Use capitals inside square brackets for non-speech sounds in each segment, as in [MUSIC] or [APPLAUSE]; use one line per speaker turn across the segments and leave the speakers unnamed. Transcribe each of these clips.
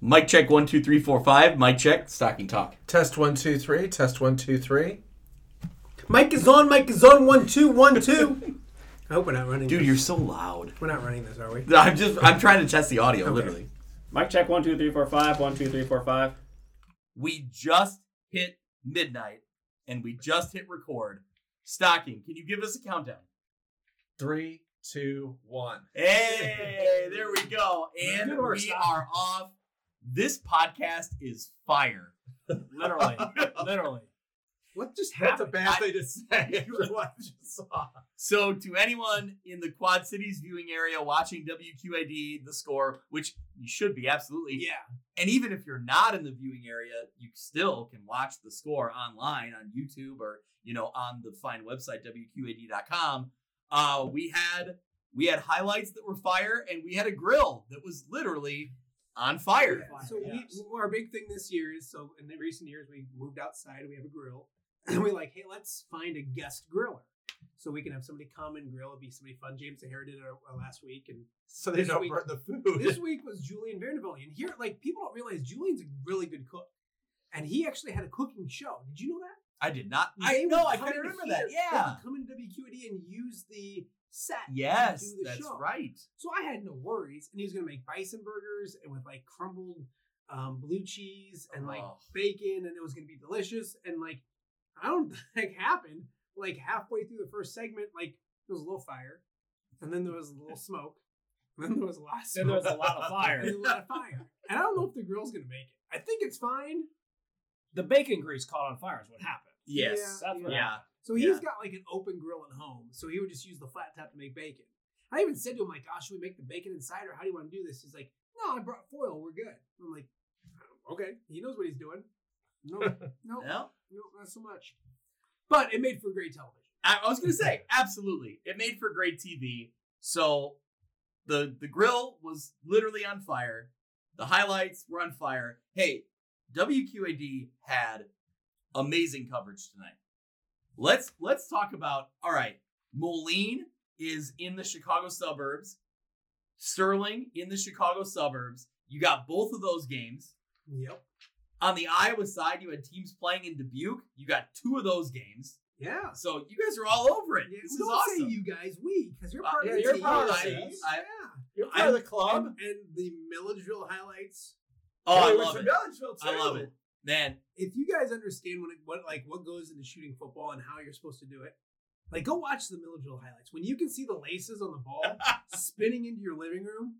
Mic check one, two, three, four, five. Mic check. Stocking talk.
Test one, two, three. Test one, two, three.
Mike is on. Mike is on. One two
[LAUGHS]
one two. I hope we're not running.
Dude,
this.
you're so loud.
We're not running this, are we?
I'm just I'm trying to test the audio, literally.
Mic check one two three four five one two three four five.
We just hit midnight and we just hit record. Stocking, can you give us a countdown?
Three, two, one.
Hey, there we go. And
Good work,
we
Stock.
are off. This podcast is fire.
[LAUGHS] Literally, literally.
What just
That's a bad
thing to say. what you saw.
So, to anyone in the Quad Cities viewing area watching WQAD, the score, which you should be absolutely,
Yeah.
And even if you're not in the viewing area, you still can watch the score online on YouTube or you know on the fine website wqad.com. Uh, we had we had highlights that were fire, and we had a grill that was literally on fire.
So we, our big thing this year is so in the recent years we moved outside. We have a grill, [LAUGHS] and we're like, hey, let's find a guest griller, so we can have somebody come and grill. It'd be somebody fun. James O'Hara did it our, our last week, and
So they
This
don't
week-
burn the food.
[LAUGHS]
[LAUGHS]
this week was Julian Vanderbilt. And here, like people don't realize Julian's a really good cook, and he actually had a cooking show. Did you know that?
I did not.
They
I
would
know. I
come
kind of
into
remember that.
here, they
Yeah.
would come into WQAD E and use the set. to
Yes,
do the
that's
show.
right.
So I had no worries, and he was gonna make bison burgers and with like crumbled um, blue cheese and like
Oh.
bacon, and it was gonna be delicious. And like, I don't [LAUGHS] think happened. Like halfway through the first segment, like there was a little fire, and then there was a
[LAUGHS]
little smoke, and then there was a lot of smoke,
Then there was a lot of
and
fire.
a lot
[LAUGHS]
of fire. And I don't know if the grill's gonna make it. I think it's fine.
The bacon grease caught on fire is what happened.
Yes.
That's what
yeah.
So he's
Yeah.
got like an open grill at home, so he would just use the flat top to make bacon. I even said to him, like, gosh, should we make the bacon inside or how do you want to do this? He's like, no, I brought foil. We're good. I'm like, "Oh, okay. He knows what he's doing. No, no, no,
Well,
not so much. But it made for great television.
I, I was gonna say, absolutely. It made for great TV. So the the grill was literally on fire. The highlights were on fire. Hey, WQAD had amazing coverage tonight. Let's let's talk about all right, Moline is in the Chicago suburbs. Sterling in the Chicago suburbs. You got both of those games.
Yep.
On the Iowa side, you had teams playing in Dubuque. You got two of those games.
Yeah.
So you guys are all over it.
Yeah,
This
we
is
don't
awesome.
Say you guys, we, because you're
Uh,
part
yeah,
of the
you're
team.
part of
Yeah.
it.
I-
You're
part of
the
And, and the Milledgeville highlights.
oh, I love it.
Milledgeville
I love it, man.
if you guys understand what, it, what like what goes into shooting football and how you're supposed to do it, like go watch the Milledgeville highlights. When you can see the laces on
[LAUGHS]
the ball spinning into your living room,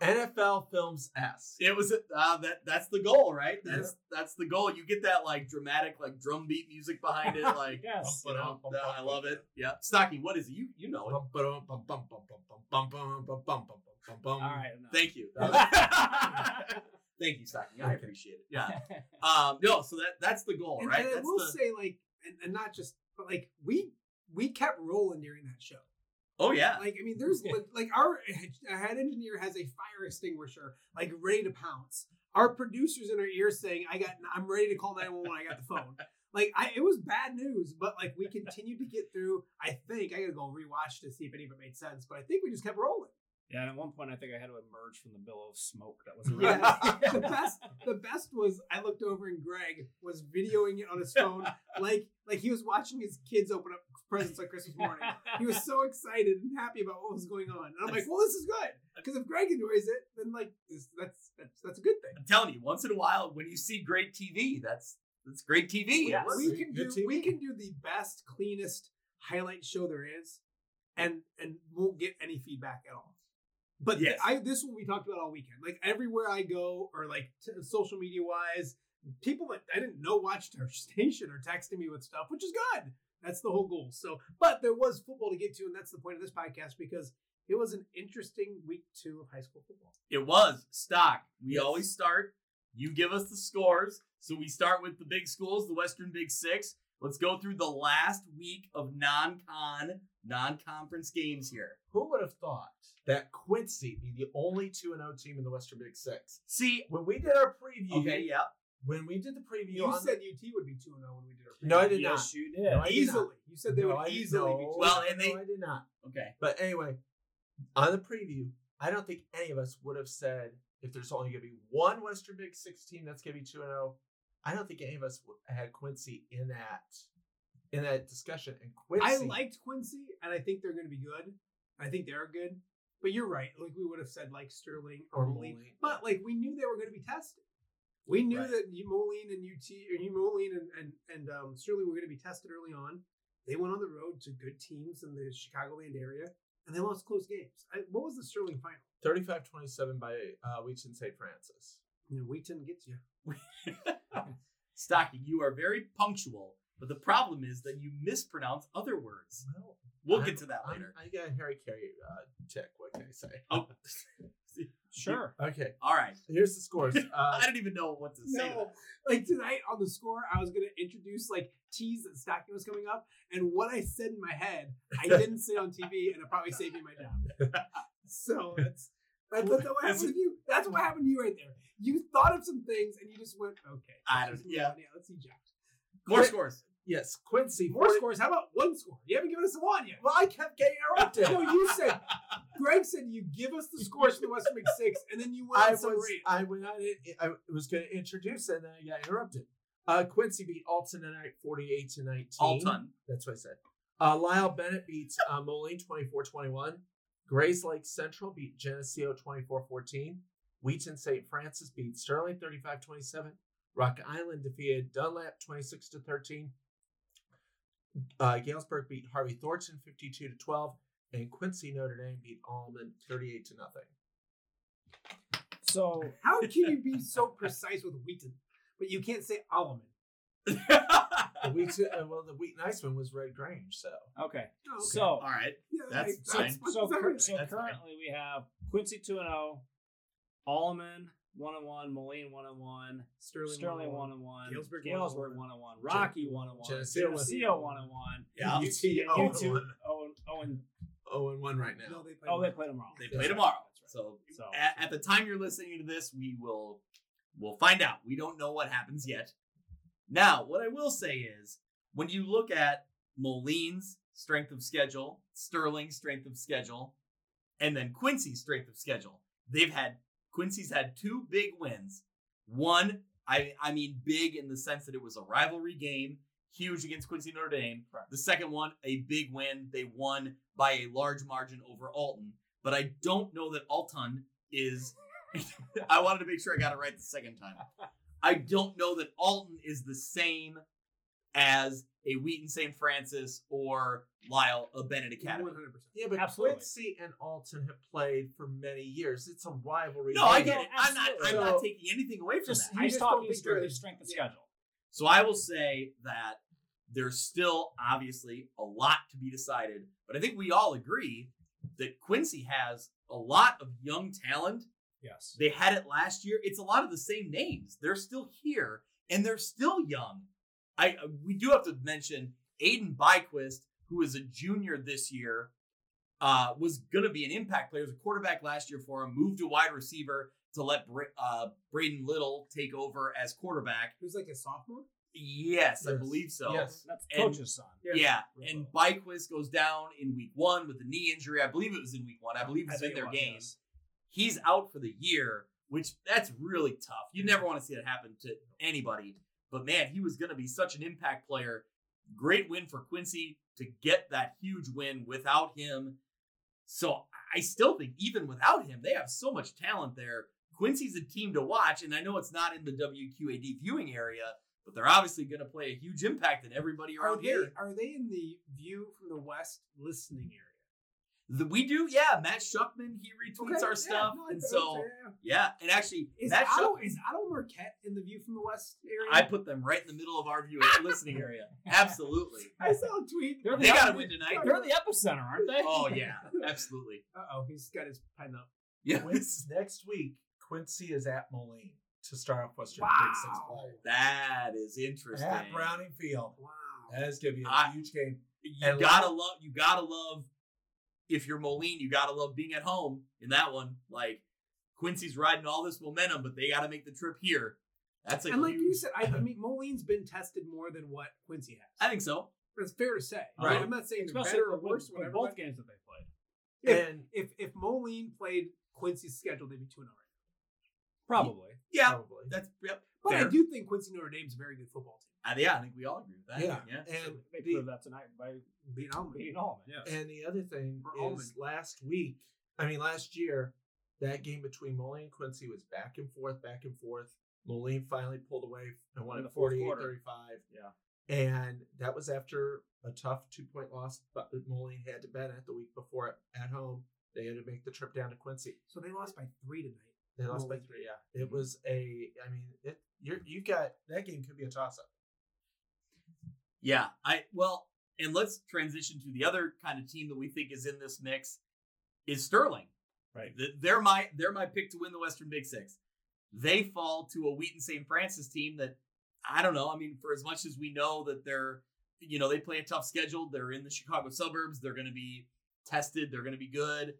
NFL Films S.
It was uh, that. That's the goal, right? That's that's the goal. You get that like dramatic, like drum beat music behind it. Like,
Yes.
you know, that- I love it. Yeah, Stocking. What is it? You you know it.
All right. enough.
Thank you. [LAUGHS] Thank you, Stocking. I appreciate it. Yeah. Um. No. So that that's the goal,
and,
right?
and I
That's
will
the,
say like, and, and not just, but like we we kept rolling during that show.
oh yeah.
Like I mean, there's like, like our head engineer has a fire extinguisher like ready to pounce. Our producers in our ear saying, "I got, I'm ready to call 911. I got the phone." Like I, it was bad news, but like we continued to get through. I think I gotta go rewatch to see if any of it made sense, but I think we just kept rolling.
[LAUGHS] Yeah. And at one point, I think I had to emerge from the billow of smoke that was around.
Yes. the best the best was I looked over and Greg was videoing it on his phone like like he was watching his kids open up presents on Christmas morning.
[LAUGHS]
He was so excited and happy about what was going on. And I'm like, well this is good. Because if Greg enjoys it, then like this, that's that's that's a good thing.
I'm telling you. Once in a while, when you see great TV, that's that's great TV.
Yes.
It was-
We can
Good
do
TV.
we can do the best, cleanest highlight show there is and and won't get any feedback at all. But th-
Yes.
I this will be talked about all weekend. Like everywhere I go, or like t- social media wise, people that I didn't know watched our [LAUGHS] station are texting me with stuff, which is good. That's the whole goal. So, but there was football to get to, and that's the point of this podcast because it was an interesting week two of high school football.
It was stock. We always start. You give us the scores. So we start with the big schools, the Western Big Six. Let's go through the last week of non-con, non-conference games here.
Who would have thought that Quincy be the only 2 0 team in the Western Big Six?
See,
When we did our preview,
okay, yeah.
when we did the preview,
You
on
said UT would be two and zero when we did our
No, I did
yes, you did.
No, I did not.
easily. You said they
No,
would
I-
easily
no,
be two. oh.
Well, and
no,
they-
I did not.
Okay.
But anyway, on the preview, I don't think any of us would have said if there's only going to be one Western Big Six team that's going to be two and zero. I don't think any of us would- had Quincy in that in that discussion. And Quincy,
I liked Quincy, and I think they're going to be good. I think they're good. But you're right. Like we would have said, like Sterling or
Or
Moline.
Moline,
But like we knew they were going to be tested. We knew
Right.
that you- Moline and UT or you Moline and and, and um, Sterling were going to be tested early on. They went on the road to good teams in the Chicagoland area, and they lost close games. I, what was the Sterling final?
35-27 by uh, Weechin St. Francis.
You know, Wheaton gets you.
Stocking, you are very punctual, but the problem is that you mispronounce other words.
Well,
We'll
I'm-
get to that
I'm-
later.
I got a Harry Carey uh, tick. What can I say?
Oh, [LAUGHS]
Sure.
Okay,
all right.
here's the
[LAUGHS]
scores. Uh,
I didn't even know what to say. to
No,
that.
like tonight on the score, I was gonna introduce like teas that Stocking was coming up, and what I said in my head, I didn't say on TV, and it probably saved me my job. [LAUGHS] So that's that's, that's what happened with you. That's what happened to you right there. You thought of some things, and you just went, okay.
I
let's
don't-
move
yeah.
on. yeah. Let's see, Jack.
More
Quit.
scores.
yes, Quincy.
More
40
scores. How about one score? You haven't given us a one yet.
Well, I kept getting interrupted.
No, [LAUGHS] you said. Greg said you give us the scores for the Western Big Six, and then you went
I
on
was
some rant.
I went on it. I was going to introduce it, and then I got interrupted. Uh, Quincy beat Alton tonight, forty-eight to nineteen.
All ton.
That's what I said. Uh, Lyle Bennett beats uh, Moline 24-21. Grays Lake Central beat Geneseo 24-14. Wheaton St. Francis beat Sterling 35-27. Rock Island defeated Dunlap 26-13. Uh, Galesburg beat Harvey Thornton 52-12. And Quincy Notre Dame beat Allman 38 to nothing.
So
How can you be so precise with Wheaton, but you can't say Alaman?
[LAUGHS]
The Wheaton, uh, well, the Wheaton Iceman was Red Grange, so
okay.
Oh, okay.
So
all
[LAUGHS]
right.
Yeah,
That's
like,
fine.
what-
so,
[LAUGHS] that's
cur-
right.
so
That's fine.
currently we have Quincy two and zero, Allman one and one, Moline one and one,
Sterling,
Sterling one and one,
Galesburg
Galesburg
1-1,
one and one, Rocky one and one,
Geneseo
Geneseo one and one,
Yeah.
[LAUGHS] You see,
you
oh,
two oh and oh and
oh and one right
No,
now.
they played.
oh they play tomorrow.
They play tomorrow.
That's right.
So,
So-
at, at the time you're listening to this, we will we'll find out. We don't know what happens yet. Now, what I will say is when you look at Moline's strength of schedule, Sterling's strength of schedule, and then Quincy's strength of schedule, they've had Quincy's had two big wins. One, I I mean big in the sense that it was a rivalry game, huge against Quincy Notre Dame.
Correct.
The second one, a big win. They won by a large margin over Alton. But I don't know that Alton is [LAUGHS] I wanted to make sure I got it right the second time. I don't know that Alton is the same as a Wheaton St. Francis or Lyle, a Bennett Academy.
One hundred percent.
Yeah, but
Absolutely.
Quincy and Alton have played for many years. It's a rivalry.
No, I
game.
get it. I'm not. I'm
So-
not taking anything away from
Just
that.
I
he's
just don't
talking
think
strictly
they're-
strength of
yeah.
schedule.
So I will say that there's still obviously a lot to be decided, but I think we all agree that Quincy has a lot of young talent.
Yes.
They had it last year. It's a lot of the same names. They're still here and they're still young. I uh, we do have to mention Aiden Byquist, who is a junior this year, uh, was going to be an impact player. He was a quarterback last year for him. Moved to wide receiver to let Bra- uh, Braden Little take over as quarterback.
Who's like a sophomore?
Yes, I
Yes.
believe so.
Yes.
That's
And-
coach's son.
Yeah.
Real
And
well.
Byquist goes down in week one with a knee injury. I believe it was in week one. I believe
I
it's
think
in
it
their
was,
game.
yes.
He's out for the year, which that's really tough. You never want to see that happen to anybody. But man, he was going to be such an impact player. Great win for Quincy to get that huge win without him. So I still think even without him, they have so much talent there. Quincy's a team to watch, and I know it's not in the WQAD viewing area, but they're obviously going to play a huge impact in everybody
Are
Oh,
around
they,
here.
are they in the view from the west listening area?
The, we do, yeah. Matt Shuckman, he retweets
Okay,
our
yeah,
stuff,
no, I
and
thought-
so
yeah, yeah.
yeah, and actually,
is
Matt
Otto,
Shuckman,
is Otto Marquette in the view from the west area?
I put them right in the middle of our
[LAUGHS]
viewing listening area. Absolutely,
I saw a tweet.
They're the
they got to
opposite-
win tonight.
They're the epicenter, aren't they?
Oh yeah, absolutely.
Uh oh, he's got his pen up.
Yeah,
Quincy, next week, Quincy is at Moline to start off Western Big Six
Wow.
play.
that is interesting.
At Browning Field.
Wow.
That is going to be a
I-
huge game.
You
And
gotta love. You gotta love. If you're Moline, you gotta love being at home in that one. Like Quincy's riding all this momentum, but they got to make the trip here. That's a
and like
huge.
you said, I, I mean, Moline's been tested more than what Quincy has.
I think so.
It's fair to say.
Right.
I'm not saying they're
Especially
better or
with-
worse,
with
whatever.
Both
but
games that they played.
Yeah.
And
If if Moline played Quincy's schedule, they'd be oh 2 0 right now.
Probably.
Yeah, Oh,
Probably.
that's yep.
But I
Fair.
do think Quincy Notre Dame's a very good football team.
Uh, yeah, I think we all agree with that.
Yeah.
yeah.
And
They
the-
proved that tonight by
Beat Alma.
beating Allman. Yeah.
And the other thing
Or
is
Almond.
last week, I mean last year, that game between Moline and Quincy was back and forth, back and forth. Moline finally pulled away and won it
In the fourth
48
quarter.
35. And that was after a tough two point loss, but Moline had to Bennett the week before at home. They had to make the trip down to Quincy.
So they lost by three tonight.
They lost by
Moline.
three. Yeah, it
Mm-hmm.
was a. I mean, it. You're, you've got that game could be a toss up.
Yeah, I well, and let's transition to the other kind of team that we think is in this mix is Sterling.
Right.
Th- They're my they're my pick to win the Western Big Six. They fall to a Wheaton St. Francis team that I don't know. I mean, for as much as we know that they're you know they play a tough schedule, they're in the Chicago suburbs, they're going to be tested, they're going to be good.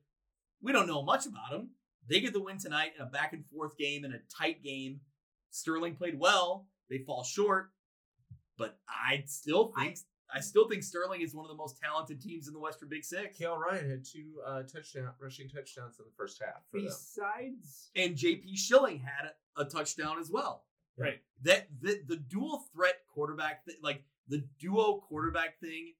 We don't know much about them. They get the win tonight in a back and forth game in a tight game. Sterling played well. They fall short but I still think I, still think Sterling is one of the most talented teams in the Western Big Six.
Kale Ryan had two uh, touchdown rushing touchdowns in the first half for them.
Besides,
And JP Schilling had a, a touchdown as well.
Right.
That the, the dual threat quarterback thi- like the duo quarterback thing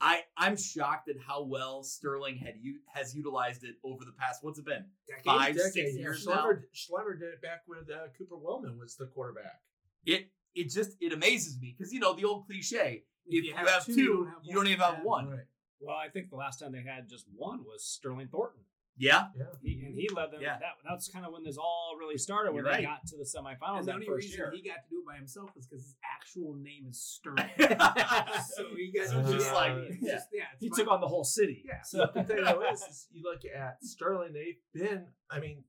I I'm shocked at how well Sterling had you has utilized it over the past what's it been?
decades,
Five,
decade.
six
Yeah,
years now.
Schlemmer, Schlemmer did it back when uh, Cooper Wellman was the quarterback.
It it just it amazes me cuz you know the old cliche if you have, two,
you don't have
you don't
one.
even have
Yeah.
one.
Right.
Well, I think the last time they had just one was Sterling Thornton.
Yeah.
Yeah.
He, and he led them.
Yeah.
That, that's kind of when this all really started when
You're
they
right.
got to the semifinals
And the
that
only
first
reason
year.
he got to do it by himself is because his actual name
[LAUGHS]
is Sterling. so he got
So
to
just
yeah,
like-
it's
yeah.
just, yeah, it's
He
fine.
took on the whole city. [LAUGHS]
Yeah.
So
The thing though is, is you look at Sterling. They've been. I mean,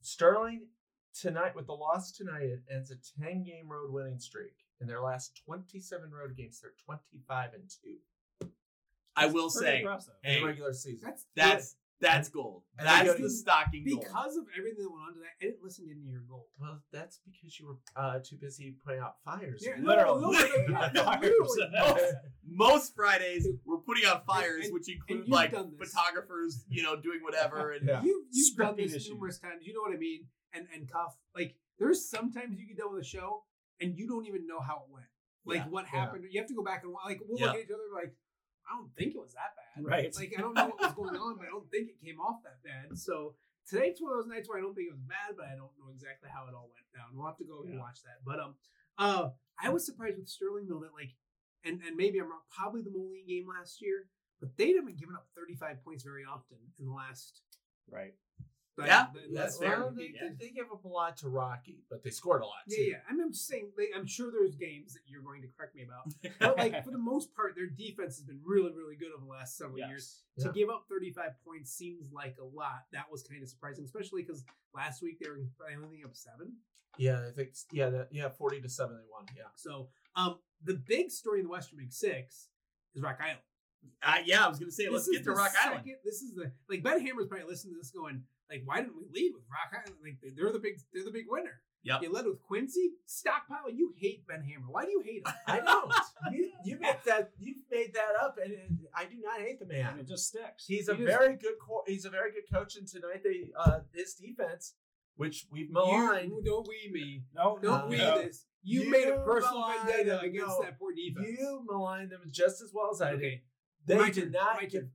Sterling tonight with the loss tonight it ends a ten game road winning streak in their last twenty seven road games. They're twenty five and two
I will
pretty
say
impressive.
in
hey,
the regular season.
That's
That's that's gold.
And I
that's
go-
the stocking gold.
because of everything that went on to that. I didn't listen to any of your goal.
Well, that's because you were uh, too busy putting out fires.
Yeah,
Literally.
No, no, no, no, [LAUGHS]
[LAUGHS]
no, no, literally.
Most, most Fridays we're putting out fires,
And-
which include
you've
like
done this.
photographers, you know, doing
[LAUGHS]
whatever. And
Yeah.
You've, you've done
Scripting
this
issues.
numerous times. You know what I mean? And and cuff like there's sometimes you get done with a show and you don't even know how it went. Like
Yeah,
what happened? You have to go back and wa- like we'll look at each other like I don't think it was that bad.
[LAUGHS] Right.
It's like I don't know what was going on, but I don't think it came off that bad. So today's one of those nights where I don't think it was bad, but I don't know exactly how it all went down. We'll have to go and
Yeah.
watch that. But um, uh, I was surprised with Sterling though that like, and and maybe I'm wrong. Probably the Moline game last year, but they haven't given up 35 points very often in the last.
right.
like,
Yeah,
the- the-
that's
That's
the-
fair.
well,
the-
They,
Yeah.
they gave up a lot to Rocky, but they scored a lot too.
Yeah, yeah. I mean, I'm just saying. Like, I'm sure there's games that you're going to correct me about, but
[LAUGHS]
like for the most part, their defense has been really, really good over the last several
Yes.
years.
Yeah.
To give up 35 points seems like a lot. That was kind of surprising, especially because last week they were they only up seven.
Yeah, I think yeah, that, yeah, forty to seven they won. Yeah,
So, um, the big story in the Western Big Six is Rock Island.
uh, yeah, I was gonna say let's
This
get
is
to
the
Rock Island.
second- This is the like Ben Hammer's probably listening to this going like, why didn't we lead with Rock Island? Like they- they're the big they're the big winner.
Yep.
You led with Quincy stockpile. You hate Ben Hammer. Why do you hate him?
I don't. you you make that you've made that up, and, and I do not hate the
And
man.
it just sticks.
He's a
He just-
very good co- he's a very good coach, and tonight they uh his defense, which we've maligned.
[LAUGHS] You, don't we me.
no,
Don't
Uh,
we
no.
this. You,
You
made a personal
maligned
vendetta
them.
against
No.
that poor defense.
You maligned them just as well as I did.
okay.
They
My
did
turn,
not
my
give.
turn.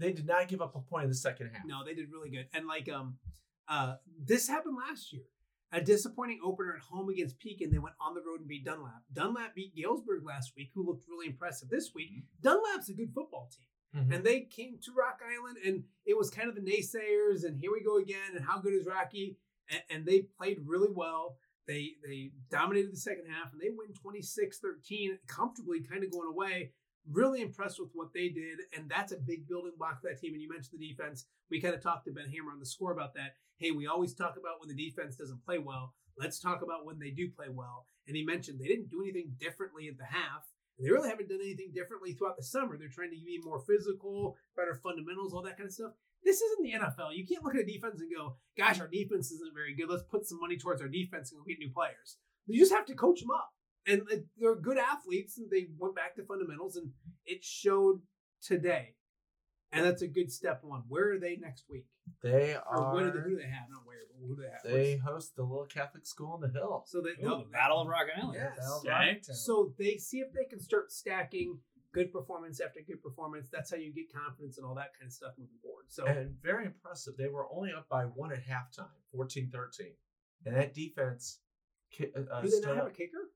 They did not give up a point in the second half.
No, they did really good. And like um uh this happened last year. A disappointing opener at home against Pekin. they went on the road and beat Dunlap. Dunlap beat Galesburg last week, who looked really impressive this week. Dunlap's a good football team.
Mhm.
And they came to Rock Island, and it was kind of the naysayers, and here we go again, and how good is Rocky? And, and they played really well. They they dominated the second half, and they win 26-13 comfortably, kind of going away. Really impressed with what they did, and that's a big building block for that team. And you mentioned the defense. We kind of talked to Ben Hammer on the score about that. Hey, we always talk about when the defense doesn't play well. Let's talk about when they do play well. And he mentioned they didn't do anything differently at the half. They really haven't done anything differently throughout the summer. They're trying to be more physical, better fundamentals, all that kind of stuff. This isn't the NFL. You can't look at a defense and go, gosh, our defense isn't very good. Let's put some money towards our defense and go get new players. You just have to coach them up. And like, they're good athletes and they went back to fundamentals and it showed today. and that's a good step one. Where are they next week?
They
Or
are.
what do they, who do they have? Not where, but who do they have?
They host the little Catholic school in the hill.
so they
Ooh,
no,
the Battle of Rock Island.
Yes.
That'll
Okay.
rock town.
So they see if they can start stacking good performance after good performance. That's how you get confidence and all that kind of stuff moving forward. So
and very impressive. They were only up by one at halftime, 14-13. and that defense. ki- uh, Uh,
do they
stood
not have a
up-
kicker?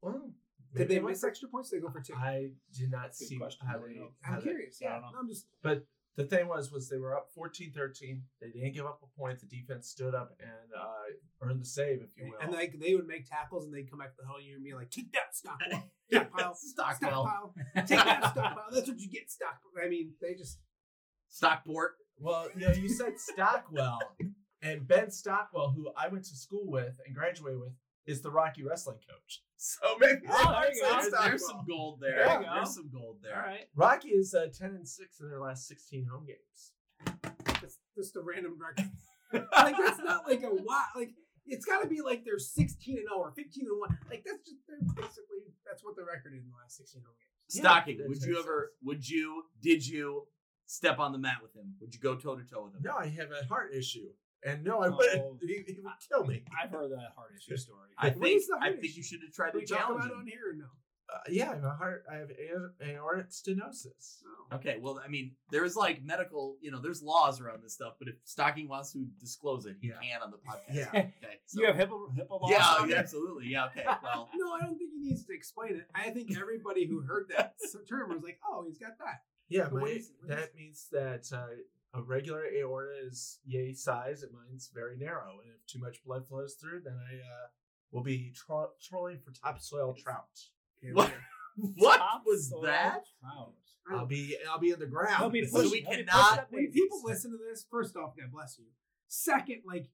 Well,
Did
maybe
they
went
miss
for-
extra points? They go for two.
I did not
Good
see
question.
how
I don't
they.
know.
how
I'm
they-
curious.
I
Yeah,
don't know.
No, I'm just
But the thing was, was they were up 14-13. They didn't give up a point. The defense stood up and uh, earned the save, if you will.
and like they would make tackles and they'd come back the whole year and be like, take
[LAUGHS]
that Stockwell,
[LAUGHS]
stockpile,
Stockwell.
stockpile, take that stockpile. That's what you get, stock. I mean, they just
Stockport.
Well, you know, you said Stockwell, [LAUGHS] and Ben Stockwell, who I went to school with and graduated with, is the Rocky wrestling coach. [LAUGHS]
So maybe they
Oh,
are
there you go.
saying
Stockwell.
there's some gold there.
There you go.
There's some gold there.
All right.
Rocky is uh, ten and six in their last sixteen home games.
it's just a random
[LAUGHS]
record. like that's not like a why. Like it's got to be like they're 16 and 0 or 15 and 1. Like that's just they're basically that's what the record is in the last 16 home games.
Stocking.
Yeah, that
would
makes
you ever?
sense.
Would you? Did you step on the mat with him? Would you go toe to toe with him?
No, I have a heart issue, and no, I
Oh.
wouldn't. [LAUGHS] He, he would kill me.
I've heard that heart issue story.
I
What
think.
is the
I
hardest?
think you should have tried
Did
to
we talk
challenge
about it
him.
on here or no?
Uh, yeah, I have a heart. I have a- aortic stenosis.
No.
Okay, well, I mean, there's like medical, you know, there's laws around this stuff, but if Stocking wants to disclose it, he
Yeah.
can on
[LAUGHS]
the podcast.
Yeah.
Okay, so-
you have HIPAA, HIPAA laws.
yeah,
on
yeah,
you?
absolutely. Yeah, okay. [LAUGHS]
[LAUGHS]
Well,
No, I don't think he needs to explain it. I think everybody who heard
[LAUGHS]
that s- term was like, "Oh, he's got that."
Yeah,
But
my,
what is it? What is
that means that uh, a regular aorta is yay size, and mine's very narrow. And if too much blood flows through, then I uh, will be tro- trolling for topsoil trout.
Okay,
What?
whatever.
what
Top
was
soil
that?
trout.
Oh.
I'll be I'll be in the ground.
He'll
[LAUGHS]
be
So
pushing-
we
he'll be pushing
cannot-
up
When
babies.
people listen to this, first off, God bless you. Second, like.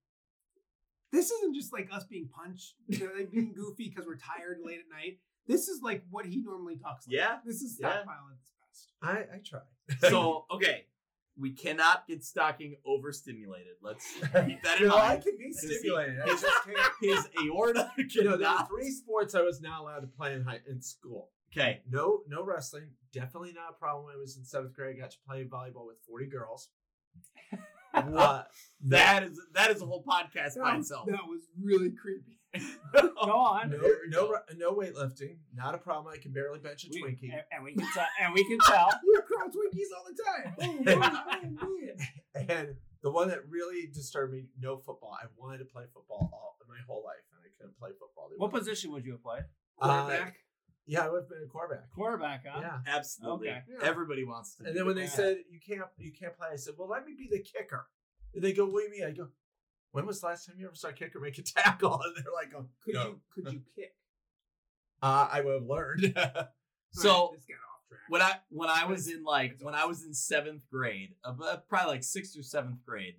This isn't just like us being punched, you know, like being goofy because we're tired late at night. This is like what he normally talks like.
Yeah,
This is
yeah.
stockpiling at its best.
I, I try. [LAUGHS]
So, okay, we cannot get Stocking overstimulated.
[LAUGHS]
Let's keep that in
no, I
mind.
can be
he-
stimulated. I just
[LAUGHS]
can't.
[LAUGHS] His aorta
You know, there were
cannot.
three sports I was not allowed to play in high in school.
Okay,
No, no wrestling. Definitely not a problem. When I was in seventh grade. I got to play volleyball with forty girls. uh,
that is that is a whole podcast by
That-
itself.
That was really creepy.
Go on.
no,
There we
no,
go.
re- no weightlifting. Not a problem. I can barely bench a
We-
Twinkie.
and, and we can tell. And we can tell.
You crowd Twinkies all the time.
[LAUGHS]
Boom, boom, boom, boom.
And the one that really disturbed me, no football. I wanted to play football all my whole life, and I couldn't play football. They
What
wouldn't-
position would you have played?
Uh,
Quarterback.
yeah, I would have been a quarterback.
Quarterback, huh?
Yeah.
[LAUGHS] Absolutely,
Okay.
Yeah.
everybody wants to.
And
do
then when
that.
they
Yeah.
said you can't, you can't play, I said, well, let me be the kicker. And they go, what do you mean? I go, when was the last time you ever saw a kicker make a [LAUGHS] tackle? And they're like, oh,
Could
no.
you could you
[LAUGHS]
kick?
Uh, I would have learned. [LAUGHS]
so
Alright, this got off track.
when I when I was in like when I was in seventh grade, about probably like sixth or seventh grade,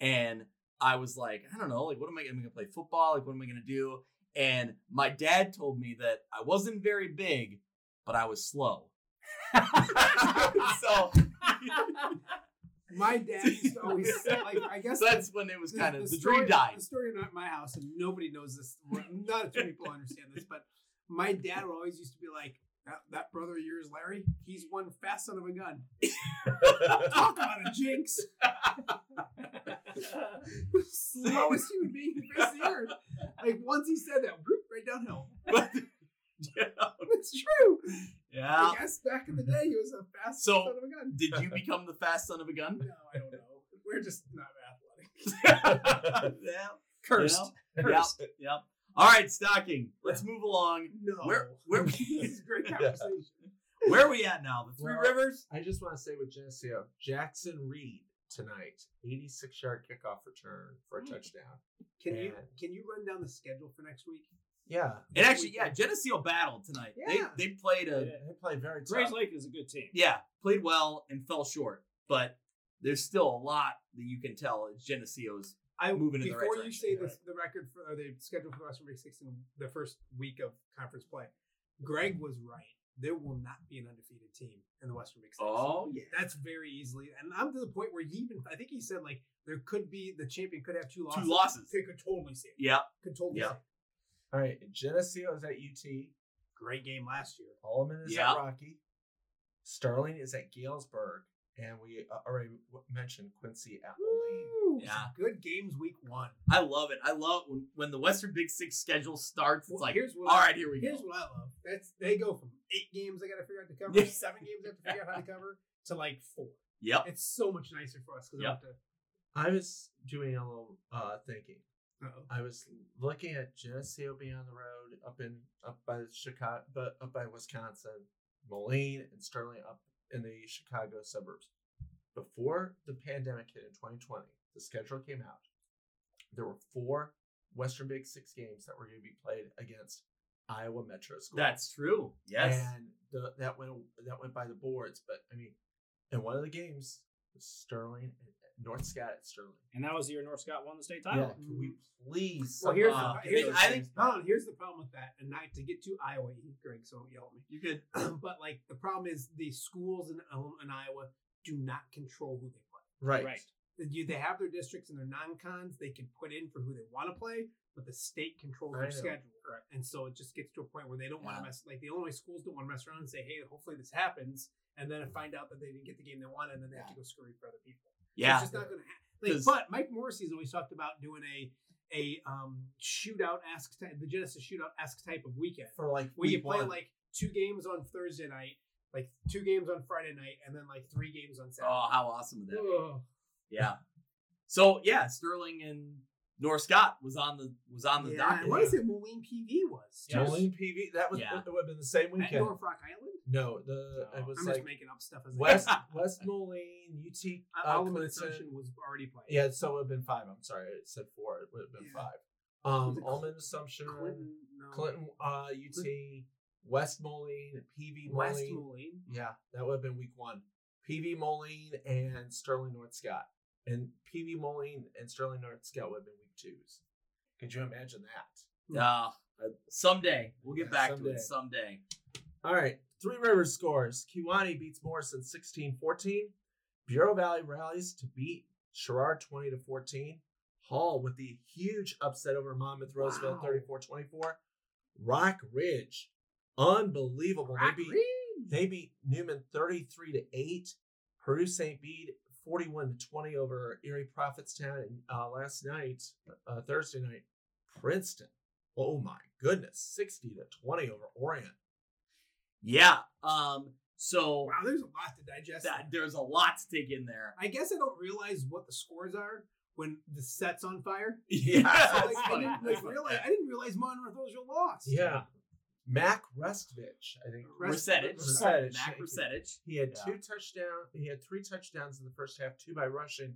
and I was like, I don't know, like what am I, am I gonna play football? Like what am I gonna do? And my dad told me that I wasn't very big, but I was slow. [LAUGHS] so,
My dad used to
[LAUGHS]
always like I guess
so that's when it was kind of the, dream
story-
died.
The story at my house, and nobody knows this. Not a few people understand this, but my dad would always used to be like, "That, that brother of yours, Larry, he's one fast son of
[LAUGHS]
a gun." Talk about a jinx. [LAUGHS] Slowest human being to face the earth. Like once he said that, whoop, right downhill.
But, you know,
That's true.
yeah.
I guess back in the day, he was a fast
So-
son of a gun.
Did you become the fast son of a
[LAUGHS]
gun?
No, I don't know. We're just not athletic.
[LAUGHS] yeah.
Cursed.
Yeah. Yep. Yep. All right, stocking. Let's move along.
No.
Where where [LAUGHS]
[LAUGHS] this is a great conversation.
where are we at now? The Three
Well-
Rivers.
I just want to say with Geneseo, Jackson Reed tonight, 86 yard kickoff return for a
Hmm.
touchdown.
Can you
Yeah.
can you run down the schedule for next week?
Yeah.
And actually, yeah, Geneseo battled tonight.
Yeah.
They they played a
They play very tough.
Grays Lake is a good team.
yeah played well and fell short, but there's still a lot that you can tell is Geneseo's.
I
Moving in the
before
right
you
direction,
say
right.
this, the record for or the schedule for Western Week 16, the first week of conference play. Greg was right. There will not be an undefeated team in the Western Week 16.
yeah.
That's very easily, and I'm to the point where he even I think he said like there could be the champion could have two losses.
Two losses.
They could totally see it.
Yeah.
Could totally
Yeah.
see it.
All right. Geneseo is at UT.
Great game last year.
Allman is
Yeah.
at Rocky. Sterling is at Galesburg, and we uh, already w- mentioned Quincy at Moline.
Woo,
Yeah.
Good games week one.
I love it. I love when, when the Western Big Six schedule starts. It's
Well,
like,
here's what
all
I-
right, here we
Here's
go.
what I love. That's they go from eight games I got to figure out to [LAUGHS] cover,
Yeah.
seven games I have to figure out how to cover, to like four.
Yep.
It's so much nicer for us because
Yep.
I have
I was doing a little uh, thinking.
to. Uh-oh.
I was looking at Geneseo being on the road up in up by Chicago, but up by Wisconsin, Moline and Sterling up in the Chicago suburbs. Before the pandemic hit in 2020, the schedule came out. There were four Western Big Six games that were going to be played against Iowa Metro schools.
That's true. Yes.
And the, that went that went by the boards, but I mean, in one of the games, was Sterling and North Scott at Sterling.
And that was the year North Scott won the state
Yeah,
title.
can we please?
Well, here's
Uh,
somehow
the
get
here's,
those
I
I
think-
things
think no, here's the problem with that. And not to get too Iowa, Greg, so don't yell at me. [CLEARS THROAT]
you
[LAUGHS]
could.
but like the problem is the schools in, um, in Iowa do not control who they play.
Right.
Right.
They do- They have their districts and their non-cons. They can put in for who they want to play, but the state controls
I
their
know.
schedule. Correct. And so it just gets to a point where they don't want
Yeah.
to mess. Like the Illinois schools don't want to mess around and say, "Hey, hopefully this happens," and
Mm-hmm.
then find out that they didn't get the game they wanted, and then they have to go scurry for other people.
Yeah.
It's just not going to happen. Like,
'Cause-
but Mike Morrissey's always talked about doing a a um, shootout esque type, the Genesis shootout esque type of weekend
for like
where you
week
play
one.
like two games on Thursday night, like two games on Friday night, and then like three games on Saturday.
Oh, how awesome would that
[LAUGHS]
be?
Ugh.
Yeah. So yeah, Sterling and North Scott was on the was on the
yeah,
docket.
I want to say Moline PV was.
Yeah.
Just-
Moline PV. That was
Yeah.
it would have been the same
At
weekend.
North Rock Island?
No, the it
No.
was
I'm
like
just making up stuff as I
West [LAUGHS]
go. [LAUGHS]
West Moline, UT,
I-
uh,
Oliver
Clinton.
Assumption was already playing.
Yeah, so it would have been five. I'm sorry, it said four. It would have been
Yeah.
five.
Was
Um,
it
Almond Assumption, Clinton,
Clinton, um, no.
uh, UT, West Moline, PV
West
Moline.
Moline.
Yeah, that would have been week one. PV Moline and Sterling North Scott, and PV Moline and Sterling North Scott would have been week twos. Could you imagine that?
Uh, someday we'll get
Yeah,
back to
someday.
it someday.
All right. Three Rivers scores. Kiwani beats Morrison 16 14. Bureau Valley rallies to beat Sherrard 20 to 14. Hall with the huge upset over Monmouth Roseville
Wow.
34 24. Rock Ridge. Unbelievable.
Rock
they beat
Ridge.
they beat Newman 33 to 8. Purdue St. Bede 41 to 20 over Erie Prophetstown. And uh, last night, uh, Thursday night, Princeton. Oh my goodness, 60 to 20 over Orient.
Yeah. Um. So
Wow, there's a lot to digest.
that there's a lot to take in
[LAUGHS]
there.
I guess I don't realize what the scores are when the set's on
[LAUGHS]
fire.
[LAUGHS] Yeah.
So, like,
That's
I,
funny.
didn't, like, realize, I didn't realize Monroe Roseville lost.
Yeah. Mac Restvich, I think.
Resetage.
Resetage.
Mac Resetage.
He had
Yeah.
two touchdowns. He had three touchdowns in the first half, two by rushing,